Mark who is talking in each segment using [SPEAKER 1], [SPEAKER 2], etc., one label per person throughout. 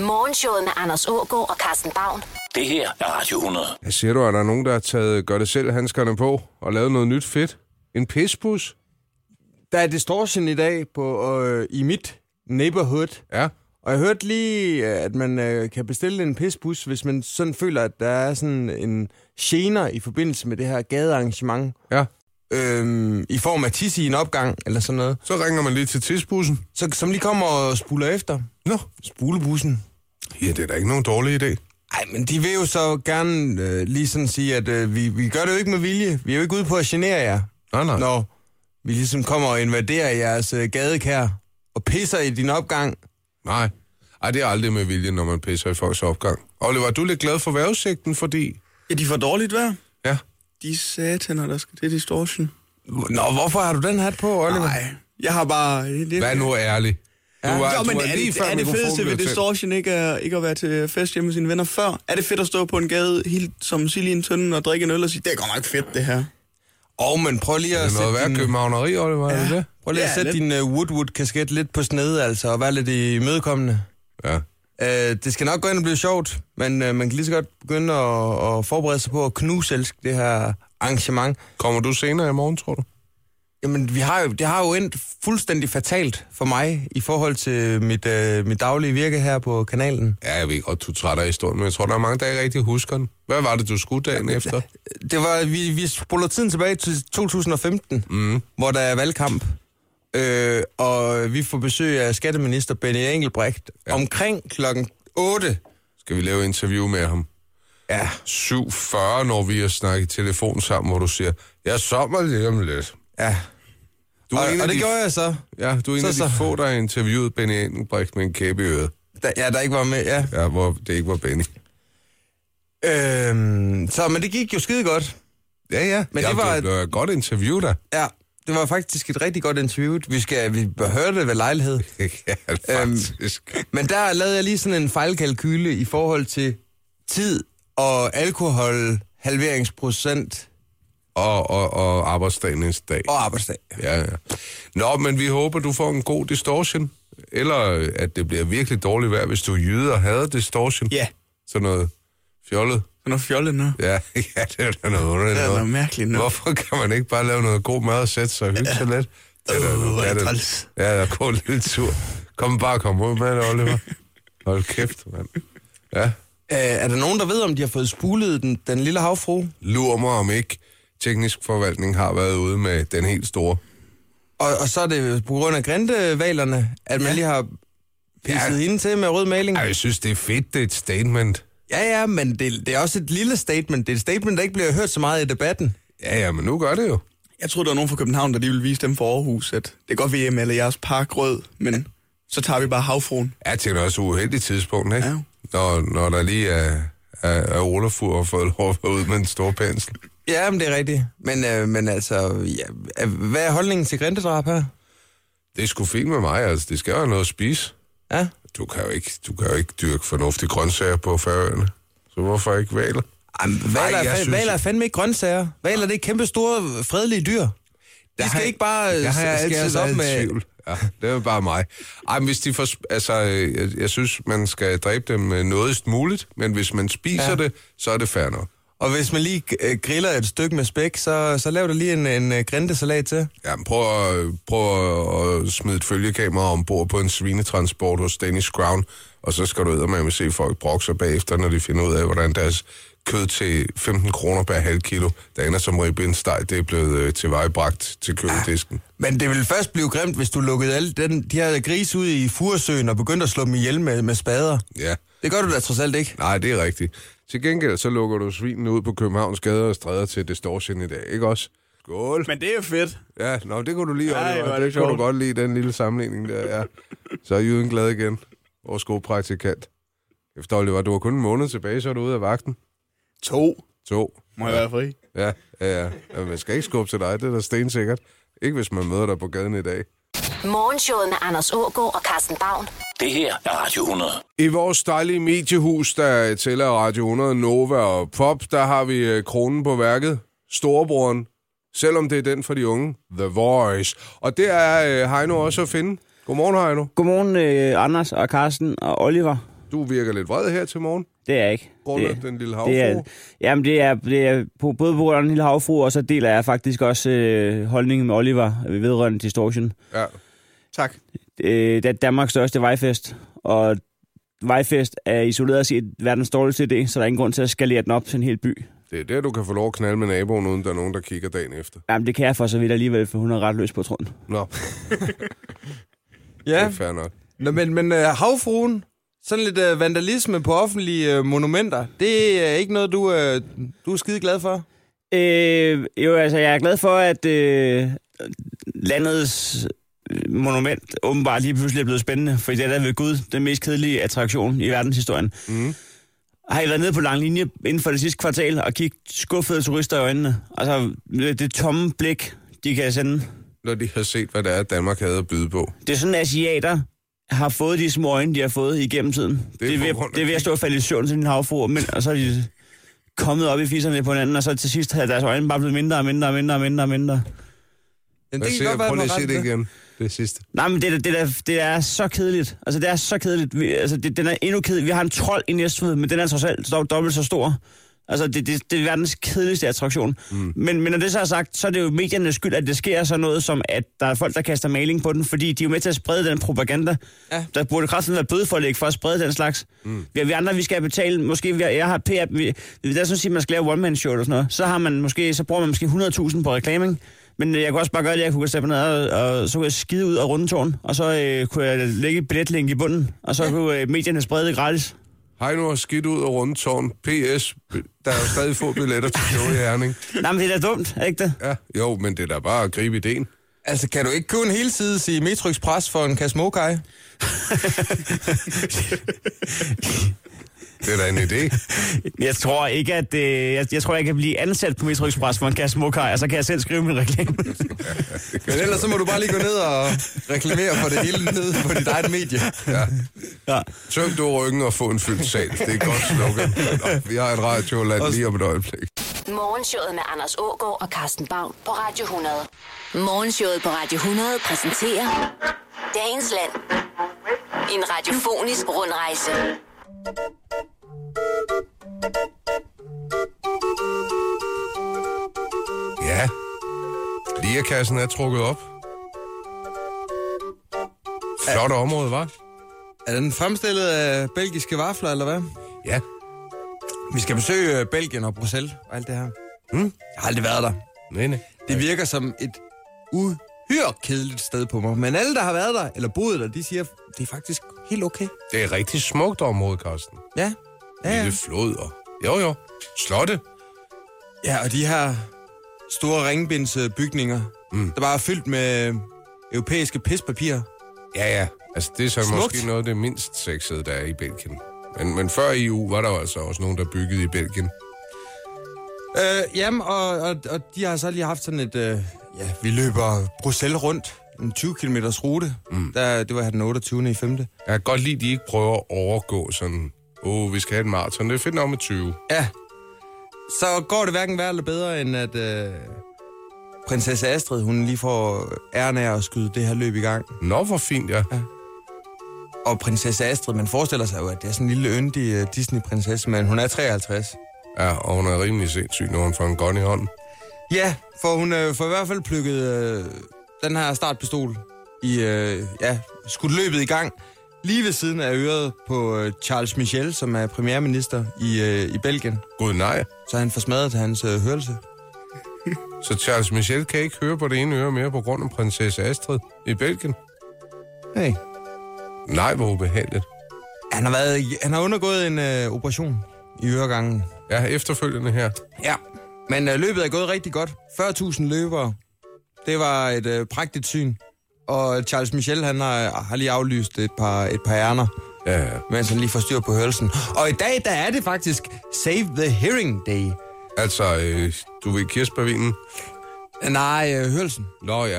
[SPEAKER 1] Morgenshowet med Anders Ågaard og Carsten Baum.
[SPEAKER 2] Det her er Radio 100.
[SPEAKER 3] Hvad siger du, er der nogen, der har taget gør-det-selv-handskerne på og lavet noget nyt fedt? En pispus?
[SPEAKER 4] Der er distortion i dag på, øh, i mit neighborhood.
[SPEAKER 3] Ja.
[SPEAKER 4] Og jeg hørte lige, at man øh, kan bestille en pisbus, hvis man sådan føler, at der er sådan en gener i forbindelse med det her gadearrangement.
[SPEAKER 3] Ja.
[SPEAKER 4] Øhm, I form af tisse i en opgang, eller sådan noget.
[SPEAKER 3] Så ringer man lige til tidsbussen.
[SPEAKER 4] Så, som lige kommer og spuler efter.
[SPEAKER 3] Nå,
[SPEAKER 4] Spulebussen.
[SPEAKER 3] ja, det er da ikke nogen dårlig idé.
[SPEAKER 4] Ej, men de vil jo så gerne øh, lige sådan sige, at øh, vi, vi gør det jo ikke med vilje. Vi er jo ikke ude på at genere jer,
[SPEAKER 3] Nej, nej.
[SPEAKER 4] når vi ligesom kommer og invaderer jeres øh, gadekær og pisser i din opgang.
[SPEAKER 3] Nej. Ej, det er aldrig med vilje, når man pisser i folks opgang. Oliver, er du lidt glad for vejrudsigten, fordi...
[SPEAKER 5] Ja, de får dårligt vejr.
[SPEAKER 3] Ja.
[SPEAKER 5] De sataner, der skal til distortion.
[SPEAKER 4] Nå, hvorfor har du den hat på, Oliver?
[SPEAKER 5] Nej, jeg har bare... Det,
[SPEAKER 3] Vær nu ærlig. Du
[SPEAKER 4] Ja.
[SPEAKER 3] var,
[SPEAKER 5] Jo,
[SPEAKER 3] du
[SPEAKER 5] men
[SPEAKER 3] var
[SPEAKER 5] er
[SPEAKER 3] lige
[SPEAKER 5] det,
[SPEAKER 3] før
[SPEAKER 5] er det
[SPEAKER 3] mikrofonen
[SPEAKER 5] fedeste ved
[SPEAKER 3] blev tændt.
[SPEAKER 5] distortion ikke, er, ikke at være til fest hjemme med sine venner før? Er det fedt at stå på en gade helt som sild i en tønde og drikke en øl og sige, det er godt nok fedt, det her.
[SPEAKER 4] Og men prøv lige
[SPEAKER 3] Er
[SPEAKER 4] at
[SPEAKER 3] det noget
[SPEAKER 4] sætte
[SPEAKER 3] værd
[SPEAKER 4] din,
[SPEAKER 3] københavneri, Oliver? Ja. Er det det?
[SPEAKER 4] prøv lige at
[SPEAKER 5] Ja,
[SPEAKER 4] sætte
[SPEAKER 5] lidt.
[SPEAKER 4] din uh, Woodwood-kasket lidt på snede, altså, og være lidt imødekommende.
[SPEAKER 3] Ja.
[SPEAKER 4] Uh, det skal nok gå ind og blive sjovt, men uh, man kan lige så godt begynde at, at forberede sig på at knuselske det her arrangement.
[SPEAKER 3] Kommer du senere i morgen, tror du?
[SPEAKER 4] Jamen, vi har jo, det har jo endt fuldstændig fatalt for mig i forhold til mit, øh, mit daglige virke her på kanalen.
[SPEAKER 3] Ja, jeg ved godt, du er træt af historien, men jeg tror, der er mange, der ikke rigtig husker den. Hvad var det, du skulle dagen efter?
[SPEAKER 4] Det var, vi, vi spoler tiden tilbage til 2015, mm. hvor der er valgkamp, øh, og vi får besøg af skatteminister Benny Engelbrecht ja. omkring klokken 8.
[SPEAKER 3] Skal vi lave interview med ham?
[SPEAKER 4] Ja,
[SPEAKER 3] 7.40, når vi har snakket i telefon sammen, hvor du siger, jeg sommer lige om lidt.
[SPEAKER 4] ja.
[SPEAKER 3] Du er
[SPEAKER 4] Og,
[SPEAKER 3] en af
[SPEAKER 4] og det
[SPEAKER 3] de,
[SPEAKER 4] gjorde jeg så,
[SPEAKER 3] Ja, du er en
[SPEAKER 4] Så-
[SPEAKER 3] af de
[SPEAKER 4] så-
[SPEAKER 3] få, der har interviewet Benny Engelbrecht med en kæbe i øret.
[SPEAKER 4] da, ja, der ikke var med, ja.
[SPEAKER 3] Ja, hvor det ikke var Benny.
[SPEAKER 4] Øhm, så, men det gik jo skide godt.
[SPEAKER 3] Ja, ja.
[SPEAKER 4] Men
[SPEAKER 3] ja,
[SPEAKER 4] det var-
[SPEAKER 3] Det var et godt interview, da.
[SPEAKER 4] Ja, det var faktisk et rigtig godt interview. Vi skal, vi hørte det ved lejlighed.
[SPEAKER 3] ja, faktisk.
[SPEAKER 4] Men der lavede jeg lige sådan en fejlkalkyle i forhold til tid og alkohol, halveringsprocent
[SPEAKER 3] Og, og, og arbejdsdagens dag.
[SPEAKER 4] og arbejdsdag.
[SPEAKER 3] Ja, ja. Nå, men vi håber, du får en god distortion. Eller at det bliver virkelig dårligt vejr, hvis du er jyde og hader distortion.
[SPEAKER 5] Ja,
[SPEAKER 3] Sådan noget fjollet.
[SPEAKER 5] det er noget fjollet nu.
[SPEAKER 3] Ja, ja det er da noget underligt.
[SPEAKER 5] Det er
[SPEAKER 3] noget.
[SPEAKER 5] noget mærkeligt noget.
[SPEAKER 3] Hvorfor kan man ikke bare lave noget god mad og sætte sig og hygge sig lidt? Det er da,
[SPEAKER 5] Øh, hvor er
[SPEAKER 3] ja,
[SPEAKER 5] det
[SPEAKER 3] da-
[SPEAKER 5] træls.
[SPEAKER 3] ja, der går en lille tur. Kom bare, kom ud med det, Oliver. Hold kæft, mand. Ja,
[SPEAKER 4] Øh, er der nogen, der ved, om de har fået spulet den, den lille havfru?
[SPEAKER 3] lur mig om ikke teknisk forvaltning har været ude med den helt store.
[SPEAKER 4] Og, og så er det på grund af grindevalerne, at man lige har pisset ja.
[SPEAKER 3] Ja.
[SPEAKER 4] hende til med rød maling.
[SPEAKER 3] Ej, jeg synes, det er fedt, det er et statement.
[SPEAKER 4] Ja, ja, men det, det er også et lille statement. Det er et statement, der ikke bliver hørt så meget i debatten.
[SPEAKER 3] Ja, ja, men nu gør det jo.
[SPEAKER 5] Jeg tror, der var nogen fra København, der lige ville vise dem for Aarhus, at det er godt, vi eller jeres park rød, men så tager vi bare havfruen.
[SPEAKER 3] Ja, til også uheldigt tidspunkt, ikke?
[SPEAKER 5] Ja.
[SPEAKER 3] Når, når der lige er, er, er Olafur og fået lov at være ud med en stor pensel.
[SPEAKER 4] Ja, men det er rigtigt. Men, øh, men altså, ja, øh, hvad er holdningen til grindedrab her?
[SPEAKER 3] Det er sgu fint med mig, altså. Det skal jo have noget at spise.
[SPEAKER 4] Ja?
[SPEAKER 3] Du kan jo ikke, du kan jo ikke dyrke fornuftige grøntsager på færøerne. Så hvorfor ikke valer?
[SPEAKER 4] Jamen, valer,
[SPEAKER 3] jeg
[SPEAKER 4] Ej,
[SPEAKER 3] synes-
[SPEAKER 4] valer er fandme ikke grøntsager. Valer, det er kæmpe store, fredelige dyr. De
[SPEAKER 3] har
[SPEAKER 4] skal
[SPEAKER 3] jeg-
[SPEAKER 4] ikke bare øh,
[SPEAKER 3] Der har jeg
[SPEAKER 4] skæres
[SPEAKER 3] altid
[SPEAKER 4] op
[SPEAKER 3] været med...
[SPEAKER 4] med...
[SPEAKER 3] tvivl. Ja, det er bare mig. Ej, men hvis de får... sp- Altså, øh, jeg, jeg synes, man skal dræbe dem øh, nådigst muligt, men hvis man spiser
[SPEAKER 4] Ja.
[SPEAKER 3] ja. det, så er det fair nok.
[SPEAKER 4] Og hvis man lige øh, griller et stykke med spæk, så, så lav der lige en, en øh, grindesalat til.
[SPEAKER 3] Jamen, prøv at, prøv at smide et følgekamera ombord på en svinetransport hos Danish Crown, og så skal du med at se folk brokke sig bagefter, når de finder ud af, hvordan deres kød til 15 kroner per halv kilo, der ender som ribbensteg, det er blevet øh, tilvejebragt til køledisken.
[SPEAKER 4] Men det ville først blive grimt, hvis du lukkede alle den, de her grise ud i Furesøen og begyndte at slå dem ihjel med, med spader.
[SPEAKER 3] Ja,
[SPEAKER 4] Det gør du da trods alt ikke.
[SPEAKER 3] nej, det er rigtigt. Til gengæld så lukker du svinene ud på Københavns gader og stræder til Distortion i dag, ikke også? Skål!
[SPEAKER 5] Men det er fedt.
[SPEAKER 3] Ja, nå, det kunne du lige,
[SPEAKER 5] Ej,
[SPEAKER 3] Oliver.
[SPEAKER 5] hvor er
[SPEAKER 3] Ej, det
[SPEAKER 5] det
[SPEAKER 3] kunne du
[SPEAKER 5] sjovt.
[SPEAKER 3] godt lide, den lille sammenligning der, ja. Så er jyden glad igen. Vores gode praktikant. Efter Oliver, du var kun en måned tilbage, så er du ude af vagten.
[SPEAKER 5] To.
[SPEAKER 3] To.
[SPEAKER 5] Må jeg være fri?
[SPEAKER 3] Ja, ja, ja. ja man skal ikke skubbe til dig, det er da stensikkert. Ikke hvis man møder dig på gaden i dag.
[SPEAKER 1] Morgenshowet med Anders Ågaard og Carsten Baum.
[SPEAKER 2] Det her er Radio 100.
[SPEAKER 3] I vores dejlige mediehus, der tæller Radio 100, Nova og Pop, der har vi øh, kronen på værket, storebroren, selvom det er den for de unge, The Voice. Og det er øh, Heino også at finde. Godmorgen, Heino.
[SPEAKER 6] Godmorgen, øh, Anders og Carsten og Oliver.
[SPEAKER 3] Du virker lidt vred her til morgen.
[SPEAKER 6] Det er jeg ikke.
[SPEAKER 3] Grundet
[SPEAKER 6] det,
[SPEAKER 3] den lille
[SPEAKER 6] Det er,
[SPEAKER 3] havfrue?
[SPEAKER 6] jamen, det er, det er på, både på grund af den lille havfru, og så deler jeg faktisk også øh, holdningen med Oliver øh, vedrørende Distortion.
[SPEAKER 3] Ja.
[SPEAKER 5] Tak.
[SPEAKER 6] Øh, det er Danmarks største vejfest, og vejfest er isoleret set verdens dårligste idé, så der er ingen grund til at skalere den op til en hel by.
[SPEAKER 3] Det er der, du kan få lov at knalde med naboen, uden der er nogen, der kigger dagen efter.
[SPEAKER 6] Jamen, det kan jeg for så vidt alligevel, for hun er ret løs på tråden.
[SPEAKER 3] Nå, det er
[SPEAKER 4] Ja,
[SPEAKER 3] fair nok.
[SPEAKER 4] Nå, men, men uh, havfruen, sådan lidt uh, vandalisme på offentlige uh, monumenter, det er ikke noget, du, uh, du er skide glad for?
[SPEAKER 6] Øh, jo, altså, jeg er glad for, at øh, landets øh, monument åbenbart lige pludselig er blevet spændende, for det er da ved Gud den mest kedelige attraktion i verdenshistorien. Mm.
[SPEAKER 3] Mhm.
[SPEAKER 6] Har I været nede på lang linje inden for det sidste kvartal og kigget skuffede turister i øjnene? Altså, øh, det tomme blik, de kan sende.
[SPEAKER 3] Når de har set, hvad der er, Danmark havde at byde på.
[SPEAKER 6] Det er sådan, asiater har fået de små øjne, de har fået igennem tiden.
[SPEAKER 3] Det
[SPEAKER 6] Det
[SPEAKER 3] er
[SPEAKER 6] er, det er,
[SPEAKER 3] på
[SPEAKER 6] ved,
[SPEAKER 3] grund af
[SPEAKER 6] det er ved at stå og falde i søvn til din havfru, men, og så er de kommet op i fisserne på hinanden, og så til sidst havde deres øjne bare blevet mindre og mindre og mindre og mindre og mindre.
[SPEAKER 4] Jamen,
[SPEAKER 3] Hvad
[SPEAKER 4] det kan
[SPEAKER 3] siger,
[SPEAKER 4] godt være,
[SPEAKER 3] prøv
[SPEAKER 4] du
[SPEAKER 3] lige
[SPEAKER 4] har
[SPEAKER 3] at se
[SPEAKER 4] ret
[SPEAKER 3] det
[SPEAKER 4] i det.
[SPEAKER 3] igen. Det sidste.
[SPEAKER 6] Nej, men det, er- det, er, det er så kedeligt. Altså, det er så kedeligt. Vi, altså, det, den er endnu kedelig. Vi har en trold i Næstved, men den er trods alt dog- dobbelt så stor. Altså, det, det, det er verdens kedeligste attraktion. Mm. Men, men når det så er sagt, så er det jo mediernes skyld, at det sker sådan noget, som at der er folk, der kaster maling på den, fordi de er jo med til at sprede den propaganda.
[SPEAKER 4] Ja.
[SPEAKER 6] Der burde kraften være bødeforlæg for at sprede den slags. Mm. Vi, vi andre, vi skal betale, måske vi, jeg har PR, vi, der er sådan at man skal lave one-man-show eller sådan noget, så, har man måske, så bruger man måske 100.000 på reklaming. Men øh, jeg kunne også bare gøre det, at jeg kunne sætte mig ned, og, og så kunne jeg skide ud af rundetårn, og så øh, kunne jeg lægge et billetlink i bunden, og så kunne øh, medierne sprede det gratis.
[SPEAKER 3] Hej nu har skidt ud og rundt tårn. PS, der er jo stadig få billetter til show i Herning.
[SPEAKER 6] Nej, men det er da dumt, er ikke det?
[SPEAKER 3] Ja, jo, men det er da bare at gribe ideen.
[SPEAKER 4] Altså, kan du ikke kun hele tiden sige Metrix Pres for en kasmokai?
[SPEAKER 3] Det er da en idé.
[SPEAKER 6] Jeg tror ikke, at øh, jeg, jeg, tror, jeg kan blive ansat på Metro Express for en kasse mokaj, og så kan jeg selv skrive min reklame.
[SPEAKER 4] Men ellers så må du bare lige gå ned og reklamere for det hele ned på dit eget medie.
[SPEAKER 3] Ja.
[SPEAKER 6] ja.
[SPEAKER 3] Tøm du ryggen og få en fyldt sal. Det er godt slukket. Nå, Vi har et radioland lige om et øjeblik.
[SPEAKER 1] Morgenshowet med Anders Ågaard og Carsten Baum på Radio 100. Morgenshowet på Radio 100 præsenterer Dagens Land. En radiofonisk rundrejse.
[SPEAKER 3] Ja. Lierkassen er trukket op. Flot område, var.
[SPEAKER 4] Er den fremstillet af belgiske vafler, eller hvad?
[SPEAKER 3] Ja.
[SPEAKER 4] Vi skal besøge øh, Belgien og Bruxelles og alt det her. Hmm?
[SPEAKER 3] Mm.
[SPEAKER 4] Jeg har aldrig været der.
[SPEAKER 3] Nej, nej.
[SPEAKER 4] Det virker som et uhyre kedeligt sted på mig. Men alle, der har været der, eller boet der, de siger, det er faktisk helt okay.
[SPEAKER 3] Det er et rigtig smukt område, Karsten.
[SPEAKER 4] Ja. Ja,
[SPEAKER 3] Lille
[SPEAKER 4] ja.
[SPEAKER 3] flod og... Jo, jo. Slotte.
[SPEAKER 4] ja og de her store ringbindsbygninger, mm. der bare er fyldt med europæiske pispapir.
[SPEAKER 3] Ja, ja. Altså, det er så
[SPEAKER 4] Smukt.
[SPEAKER 3] måske noget af det mindst sexede, der er i Belgien. Men, men før EU var der jo altså også nogen, der byggede i Belgien.
[SPEAKER 4] Øh, jamen, og, og, og de har så lige haft sådan et... Øh, ja, vi løber Bruxelles rundt. En 20 km rute. Mm. Der, det var her den 28. i 5.
[SPEAKER 3] Jeg kan godt lide, at de ikke prøver at overgå sådan... Åh, oh, vi skal have et maraton. Det er fedt nok med 20.
[SPEAKER 4] Ja. Så går det hverken værre eller bedre, end at øh, prinsesse Astrid, hun lige får æren af at skyde det her løb i gang.
[SPEAKER 3] Nå, hvor fint, ja.
[SPEAKER 4] Og prinsesse Astrid, man forestiller sig jo, at det er sådan en lille yndig øh, Disney-prinsesse, men hun er 53.
[SPEAKER 3] Ja, og hun er rimelig sindssyg, når hun får en gun i hånden.
[SPEAKER 4] Ja, for hun øh, får i hvert fald plukket øh, den her startpistol i, øh, ja, skudt løbet i gang. Lige ved siden af øret på øh, Charles Michel, som er premierminister i, øh, i Belgien.
[SPEAKER 3] Gud nej.
[SPEAKER 4] Så han får smadret hans øh, hørelse.
[SPEAKER 3] Så Charles Michel kan ikke høre på det ene øre mere på grund af prinsesse Astrid i Belgien.
[SPEAKER 4] Hey.
[SPEAKER 3] Nej, hvor ubehageligt.
[SPEAKER 4] Han har, været, han har undergået en øh, operation i øregangen.
[SPEAKER 3] Ja, efterfølgende her.
[SPEAKER 4] Ja. Men øh, løbet er gået rigtig godt. 40.000 løbere. Det var et øh, pragtigt syn. Og Charles Michel, han har, har lige aflyst et par, et par ærner,
[SPEAKER 3] Ja, ja.
[SPEAKER 4] mens han lige får styr på hørelsen. Og i dag, der er det faktisk Save the Hearing Day.
[SPEAKER 3] Altså, øh, du ved kirsebærvinen?
[SPEAKER 4] Nej, øh, hørelsen.
[SPEAKER 3] Nå ja.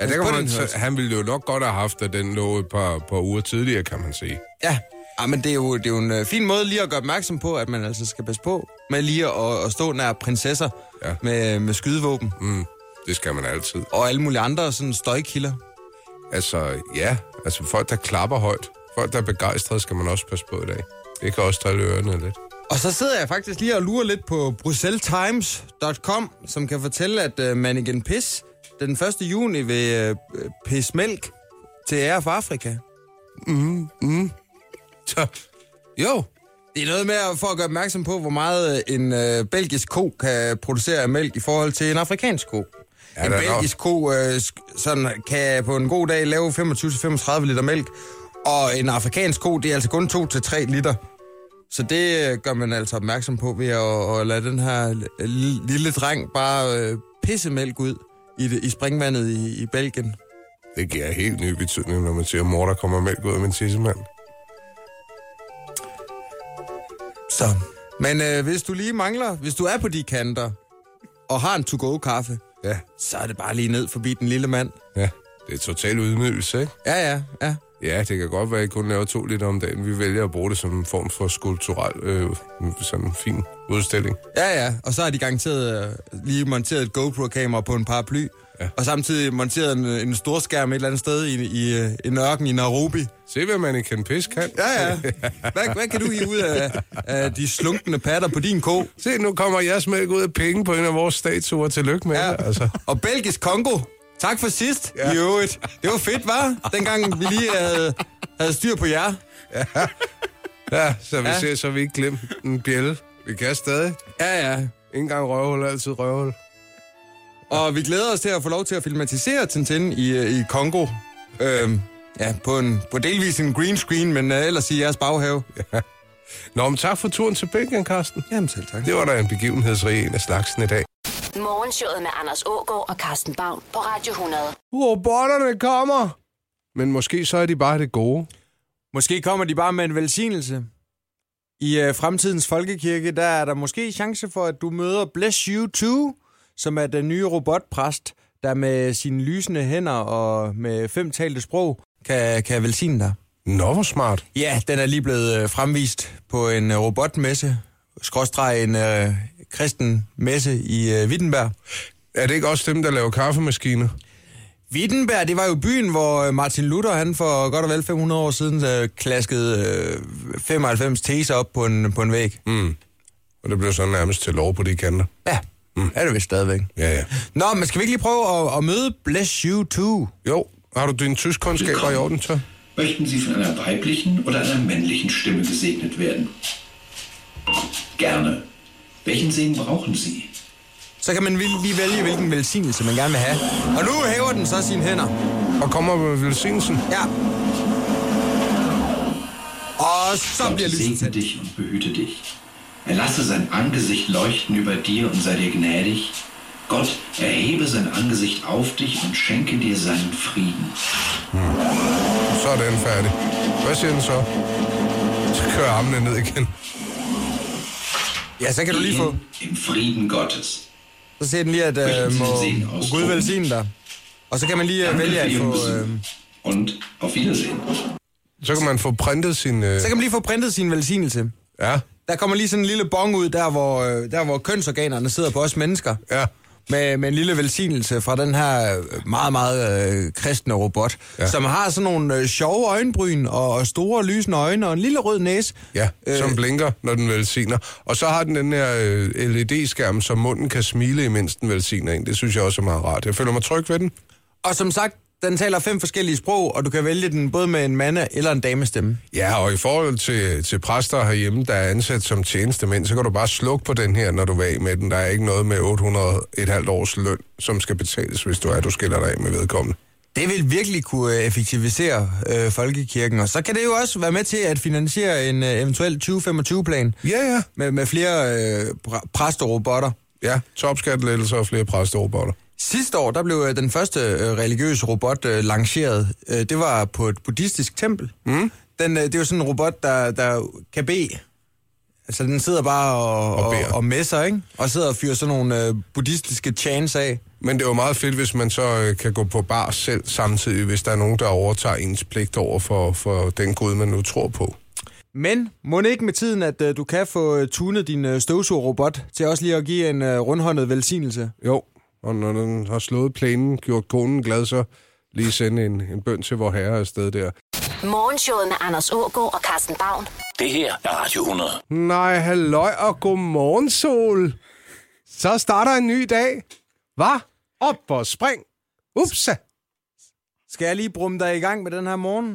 [SPEAKER 3] Ja,
[SPEAKER 4] Pas
[SPEAKER 3] det kan
[SPEAKER 4] på
[SPEAKER 3] man,
[SPEAKER 4] den,
[SPEAKER 3] så,
[SPEAKER 4] Hørs.
[SPEAKER 3] han ville jo nok godt have haft, at den lå et par, par uger tidligere, kan man sige.
[SPEAKER 4] Ja. Ja, men det er jo, det er jo en øh, fin måde lige at gøre opmærksom på, at man altså skal passe på med lige at, at stå nær prinsesser
[SPEAKER 3] Ja.
[SPEAKER 4] ja. med, med skydevåben
[SPEAKER 3] Mm, det skal man altid.
[SPEAKER 4] og alle mulige andre sådan støjkilder.
[SPEAKER 3] Altså, ja. Altså, folk, der klapper højt. Folk, der er begejstrede, skal man også passe på i dag. Det kan også trælle ørerne lidt.
[SPEAKER 4] Og så sidder jeg faktisk lige og lurer lidt på brusseltimes.com, som kan fortælle, at øh, man igen pis den 1. juni vil øh, pisse mælk til ære for Afrika.
[SPEAKER 3] Så, jo,
[SPEAKER 4] Det er noget med at, for at gøre opmærksom på, hvor meget øh, en øh, belgisk ko kan producere af mælk i forhold til en afrikansk ko. Ja, en
[SPEAKER 3] der er
[SPEAKER 4] belgisk ko øh, sk- sådan, kan på en god dag lave 25-35 liter mælk, og en afrikansk ko, det er altså kun 2-3 liter. Så det øh, gør man altså opmærksom på ved at, at lade den her l- lille dreng bare øh, pisse mælk ud i, det, i springvandet i, i Belgien.
[SPEAKER 3] det giver helt ny betydning, når man siger, mor, der kommer mælk ud af min tissemand.
[SPEAKER 4] Så. Men øh, hvis du lige mangler, hvis du er på de kanter, og har en to-go-kaffe,
[SPEAKER 3] Ja,
[SPEAKER 4] så er det bare lige ned forbi den lille mand.
[SPEAKER 3] ja. Det er total udnyttelse, ikke?
[SPEAKER 4] Ja, ja, ja.
[SPEAKER 3] Ja, det kan godt være, at I kun laver to liter om dagen. Vi vælger at bruge det som en form for skulpturel, øh, sådan en fin udstilling.
[SPEAKER 4] Ja, ja, og så har de garanteret øh, lige monteret et GoPro-kamera på en paraply, ja. og samtidig monteret en, øh, en storskærm et eller andet sted i, i øh, en ørken i Nairobi.
[SPEAKER 3] Se, hvad man i Ken Pisk kan.
[SPEAKER 4] Ja, ja. Hvad, hvad kan du hive ud af, af de slunkende patter på din ko?
[SPEAKER 3] Se, nu kommer jeres mælk ud af penge på en af vores statuer. Tillykke med ja. det, altså.
[SPEAKER 4] Og Belgisk Kongo, tak for sidst ja. i øvrigt. Det var fedt, var? Dengang vi lige havde, havde styr på jer.
[SPEAKER 3] Ja, så vi
[SPEAKER 4] Ja.
[SPEAKER 3] ja. ser, så vi ikke glemt en bjælle. Vi kan stadig.
[SPEAKER 4] Ja, ja.
[SPEAKER 3] Ingen gang røvhul, altid røvhul.
[SPEAKER 4] Og vi glæder os til at få lov til at filmatisere Tintin i, øh, i Kongo. Øhm, ja, på, en, på delvis en green screen, men øh, ellers i jeres baghave.
[SPEAKER 3] Nå, men tak for turen til Belgien, Karsten.
[SPEAKER 4] Jamen selv tak.
[SPEAKER 3] Det var da en begivenhedsrig en af slagsen i dag.
[SPEAKER 1] Morgenshowet med Anders Ågaard og Carsten Baum på Radio 100.
[SPEAKER 3] Robotterne kommer! Men måske så er de bare det gode.
[SPEAKER 4] Måske kommer de bare med en velsignelse. I øh, fremtidens folkekirke, der er der måske chance for, at du møder Bless You Too, som er den nye robotpræst, der med sine lysende hænder og med fem talte sprog kan, kan velsigne dig.
[SPEAKER 3] Nå, hvor smart.
[SPEAKER 4] Ja, den er lige blevet øh, fremvist på en øh, robotmesse, skråstreg en øh, kristen messe i øh, Wittenberg.
[SPEAKER 3] Er det ikke også dem, der laver kaffemaskiner?
[SPEAKER 4] Wittenberg, det var jo byen, hvor øh, Martin Luther, han for godt og vel 500 år siden, øh, klaskede øh, 95 teser op på en, på en væg. Mm.
[SPEAKER 3] Og det bliver så nærmest til lov på de kanter.
[SPEAKER 4] Ja, mm. er det vist stadigvæk.
[SPEAKER 3] Ja, ja.
[SPEAKER 4] Nå, men skal vi ikke lige prøve at, at møde Bless You Too?
[SPEAKER 3] Jo, har du dine tyskkundskaber i orden, så?
[SPEAKER 7] Möchten Sie von einer weiblichen oder einer männlichen Stimme gesegnet werden? Gerne. Welchen Segen brauchen Sie?
[SPEAKER 4] Så kan man vil- lige vælge, hvilken velsignelse man gerne vil have. Og nu hæver den så sine hænder.
[SPEAKER 3] Og kommer med velsignelsen.
[SPEAKER 4] Ja. Og så
[SPEAKER 7] Gott
[SPEAKER 4] bliver lyset
[SPEAKER 7] segne
[SPEAKER 4] tændt.
[SPEAKER 7] dich und behüte dich. Er lasse sein Angesicht leuchten über dir und sei dir gnädig. Gott erhebe sein Angesicht auf dich und schenke dir seinen Frieden.
[SPEAKER 3] Så er den færdig. Hvad siger den så? Så kører armene ned igen.
[SPEAKER 4] Ja, så kan du lige
[SPEAKER 7] Geh
[SPEAKER 4] få...
[SPEAKER 7] hin Im Frieden Gottes.
[SPEAKER 4] Så ser den lige, at øh, må, må Gud velsigne dig. Og så kan man lige øh,
[SPEAKER 7] Danke
[SPEAKER 4] vælge
[SPEAKER 7] für
[SPEAKER 4] at
[SPEAKER 7] Ihren
[SPEAKER 4] få...
[SPEAKER 7] Besuch
[SPEAKER 4] Øh,
[SPEAKER 7] und auf Wiedersehen.
[SPEAKER 3] Så kan man få printet sin... Øh...
[SPEAKER 4] så kan man lige få printet sin velsignelse.
[SPEAKER 3] Ja,
[SPEAKER 4] Der kommer lige sådan en lille bong ud, der hvor, øh, der hvor kønsorganerne sidder på os mennesker.
[SPEAKER 3] ja.
[SPEAKER 4] Med, med en lille velsignelse fra den her øh, meget, meget øh, kristne robot, ja.
[SPEAKER 3] Ja.
[SPEAKER 4] som har sådan nogle øh, sjove øjenbryn og, og store lysende øjne og en lille rød næse.
[SPEAKER 3] Ja,
[SPEAKER 4] Øh.
[SPEAKER 3] som blinker, når den velsigner. Og så har den den her øh, LED-skærm, så munden kan smile, imens den velsigner en. Det synes jeg også er meget rart. Jeg føler mig tryg ved den.
[SPEAKER 4] Og som sagt, den taler fem forskellige sprog, og du kan vælge den både med en mande- eller en damestemme.
[SPEAKER 3] Ja, og i forhold til, til præster herhjemme, der er ansat som tjenestemænd, så kan du bare slukke på den her, når du er af med den. Der er ikke noget med 800 et halvt års løn, som skal betales, hvis du er, du skiller dig af med vedkommende.
[SPEAKER 4] Det vil virkelig kunne øh, effektivisere øh, folkekirken, og så kan det jo også være med til at finansiere en øh, eventuel 2025-plan
[SPEAKER 3] Ja, ja.
[SPEAKER 4] med, med flere øh, præ- præsterobotter.
[SPEAKER 3] Ja, topskattelettelser og flere præsterobotter.
[SPEAKER 4] Sidste år, der blev øh, den første øh, religiøse robot øh, lanceret. Øh, det var på et buddhistisk tempel. Mm. Den, øh, det er jo sådan en robot, der, der kan bede. Altså, den sidder bare og,
[SPEAKER 3] Og
[SPEAKER 4] og,
[SPEAKER 3] beder.
[SPEAKER 4] og messer, ikke? Og sidder og fyrer sådan nogle øh, buddhistiske chants af.
[SPEAKER 3] Men det er jo meget fedt, hvis man så øh, kan gå på bar selv samtidig, hvis der er nogen, der overtager ens pligt over for, for den gud, man nu tror på.
[SPEAKER 4] Men må det ikke med tiden, at øh, du kan få øh, tunet din øh, støvsugerrobot til også lige at give en øh, rundhåndet velsignelse?
[SPEAKER 3] Jo, og når den har slået planen, gjort konen glad, så lige sende en, en bøn til vor herre afsted der.
[SPEAKER 1] Morgenshowet med Anders Ågaard og Carsten Baum.
[SPEAKER 2] Det her er Radio 100.
[SPEAKER 3] Nej, halløj og godmorgen, Sol. Så starter en ny dag. Hvad? Op og spring. Upsa.
[SPEAKER 4] Skal jeg lige brumme dig i gang med den her morgen?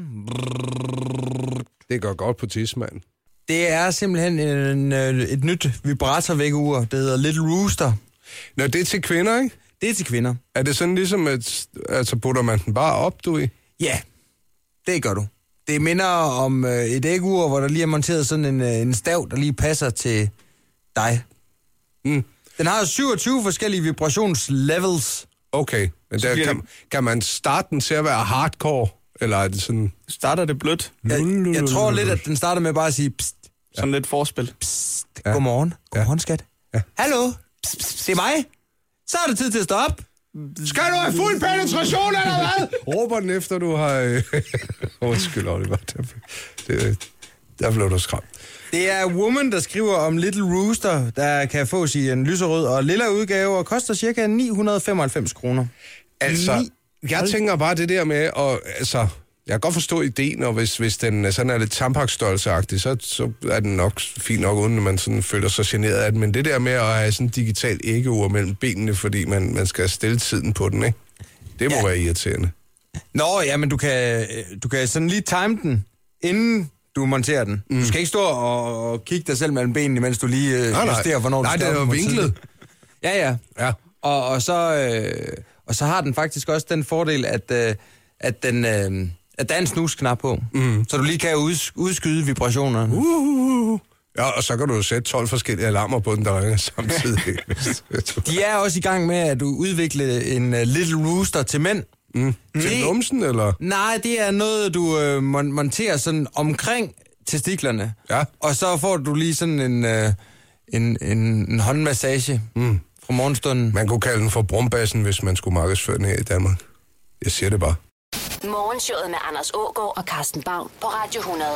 [SPEAKER 3] Det går godt på tidsmand.
[SPEAKER 4] Det er simpelthen en, øh, et nyt vibratorvækkeur, det hedder Little Rooster.
[SPEAKER 3] Nå, det er til kvinder, ikke?
[SPEAKER 4] Det er til kvinder.
[SPEAKER 3] Er det sådan ligesom, at altså, putter man den bare op, du i?
[SPEAKER 4] Ja, det gør du. Det minder om øh, et ægur, hvor der lige er monteret sådan en, øh, en stav, der lige passer til dig.
[SPEAKER 3] Mm.
[SPEAKER 4] Den har 27 forskellige vibrationslevels.
[SPEAKER 3] Okay, men der,
[SPEAKER 5] bliver
[SPEAKER 3] kan, kan man starte den til at være hardcore? Eller er det sådan...
[SPEAKER 5] Starter det blødt?
[SPEAKER 4] Jeg, jeg tror lidt, at den starter med bare at sige, psst,
[SPEAKER 5] Sådan lidt forspil.
[SPEAKER 4] psst, ja. godmorgen, godmorgen skat. Ja. Hallo, psst, psst, psst, det er mig. Så er det tid til at stå op.
[SPEAKER 3] Skal du have fuld penetration, eller hvad? Råber den efter, du har... øh, Undskyld, Oliver. Der, det, der blev du skræmt.
[SPEAKER 4] Det er Woman, der skriver om Little Rooster, der kan fås i en lyserød og lilla udgave, og koster ca. 995 kroner.
[SPEAKER 3] Altså, jeg tænker bare det der med, og altså, jeg kan godt forstå ideen, og hvis, hvis den er sådan er lidt tampakstørrelseagtig, så, så er den nok fint nok, uden at man sådan føler sig generet af den. Men det der med at have sådan en digital æggeur mellem benene, fordi man, man skal stille tiden på den, ikke? Det må ja. være irriterende.
[SPEAKER 4] Nå, ja, men du kan, øh, du kan sådan lige time den, inden du monterer den. Mm. Du skal ikke stå og, og kigge dig selv mellem benene, mens du lige øh,
[SPEAKER 3] Nej, nej.
[SPEAKER 4] justerer, hvornår
[SPEAKER 3] Nej,
[SPEAKER 4] du skal
[SPEAKER 3] den er
[SPEAKER 4] op
[SPEAKER 3] jo
[SPEAKER 4] på tiden.
[SPEAKER 3] vinklet.
[SPEAKER 4] Ja, ja.
[SPEAKER 3] Ja.
[SPEAKER 4] Og, og, så, øh, og så har den faktisk også den fordel, at, øh, at, den, øh, at der er en snusknap på. Mm. Så du lige kan uds- udskyde vibrationerne. Uh.
[SPEAKER 3] Uh, ja, og så kan du jo sætte 12 forskellige alarmer på den, der ringer samtidig. hvis- hvis du-
[SPEAKER 4] De er også i gang med at udvikle en uh, Little Rooster til mænd. Mm.
[SPEAKER 3] Til numsen, eller?
[SPEAKER 4] Nej, det er noget, du øh, mon- monterer sådan omkring testiklerne.
[SPEAKER 3] Ja.
[SPEAKER 4] Og så får du lige sådan en, øh, en, en, en håndmassage mm. fra morgenstunden.
[SPEAKER 3] Man kunne kalde den for brumbassen, hvis man skulle markedsføre den her i Danmark. Jeg siger det bare.
[SPEAKER 1] Morgenshowet med Anders Ågaard og Carsten Baum på Radio 100.